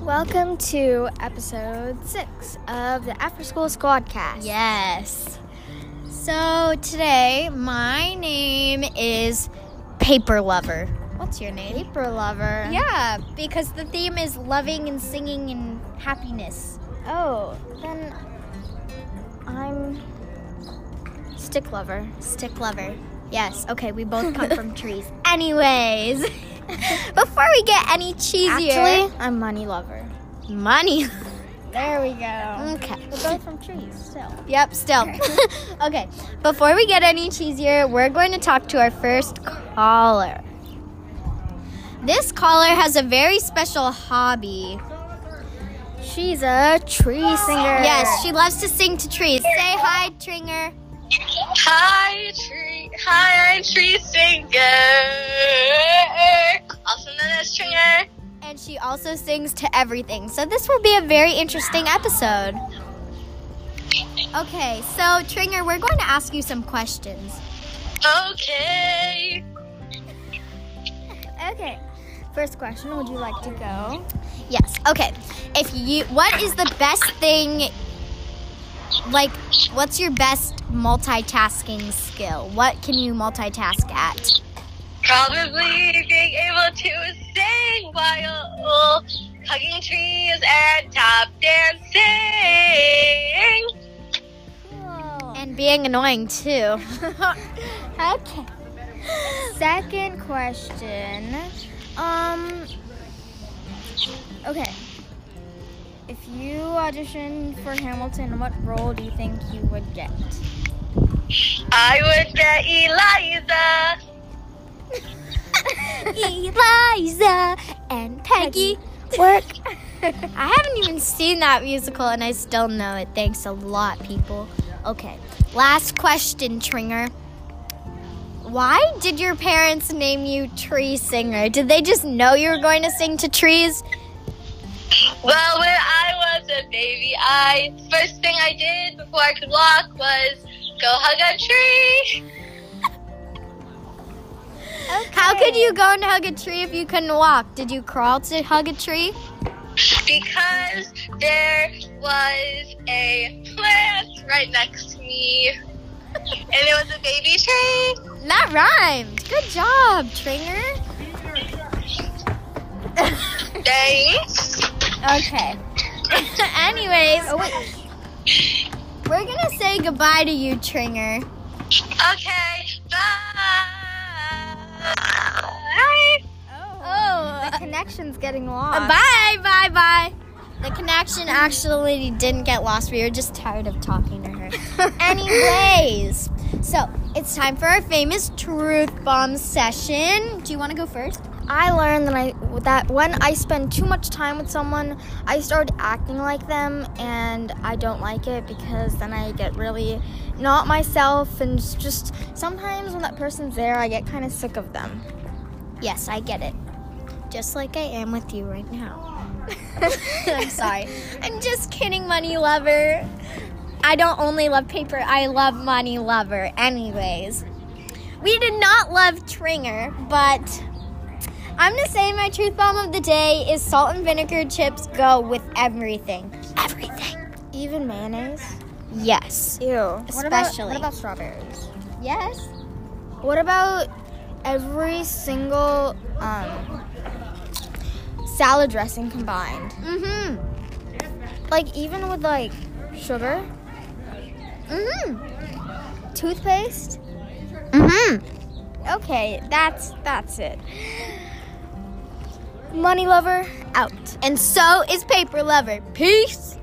Welcome to episode six of the After School Squadcast. Yes. So today, my name is Paper Lover. What's your name? Paper lover. Yeah, because the theme is loving and singing and happiness. Oh, then I'm stick lover. Stick Lover. Yes, okay, we both come from trees. Anyways, before we get any cheesier. Actually, I'm money lover. Actually, money. There we go. Okay. We're both from trees, still. Yep, still. okay, before we get any cheesier, we're going to talk to our first caller. This caller has a very special hobby. She's a tree singer. Yes, she loves to sing to trees. Say hi, Tringer. Hi, tree. Hi, I'm tree singer. Also known as Stringer. And she also sings to everything. So this will be a very interesting episode. Okay, so Tringer, we're going to ask you some questions. Okay. Okay. First question Would you like to go? Yes. Okay. If you, what is the best thing? Like, what's your best multitasking skill? What can you multitask at? Probably being able to sing while hugging trees and top dancing. And being annoying too. okay. Second question. Um. Okay. If you auditioned for Hamilton, what role do you think you would get? I would get Eliza. Eliza and Peggy. Work. I haven't even seen that musical and I still know it. Thanks a lot, people. Okay, last question, Tringer. Why did your parents name you Tree Singer? Did they just know you were going to sing to trees? Well, when I was a baby, I first thing I did before I could walk was go hug a tree. How could you go and hug a tree if you couldn't walk? Did you crawl to hug a tree? because there was a plant right next to me, and it was a baby tree. That rhymed. Good job, Tringer. Thanks. Okay. Anyways, we're gonna say goodbye to you, Tringer. Okay, bye. Oh, The connection's getting uh, lost. bye, bye, bye. The connection actually didn't get lost. We were just tired of talking to her. Anyways, so it's time for our famous truth bomb session. Do you want to go first? I learned that I that when I spend too much time with someone, I start acting like them, and I don't like it because then I get really not myself, and it's just sometimes when that person's there, I get kind of sick of them. Yes, I get it. Just like I am with you right now. I'm sorry. I'm just kidding, money lover. I don't only love paper, I love money lover. Anyways, we did not love Tringer, but I'm gonna say my truth bomb of the day is salt and vinegar chips go with everything. Everything. Even mayonnaise. Yes. Ew. What about- Especially. what about strawberries? Yes. What about every single um, salad dressing combined? Mm hmm. Mm-hmm. Like even with like sugar, Mm-hmm. Mm toothpaste. Mm-hmm. hmm. Mm hmm. Okay, that's that's it. Money lover out. And so is paper lover. Peace.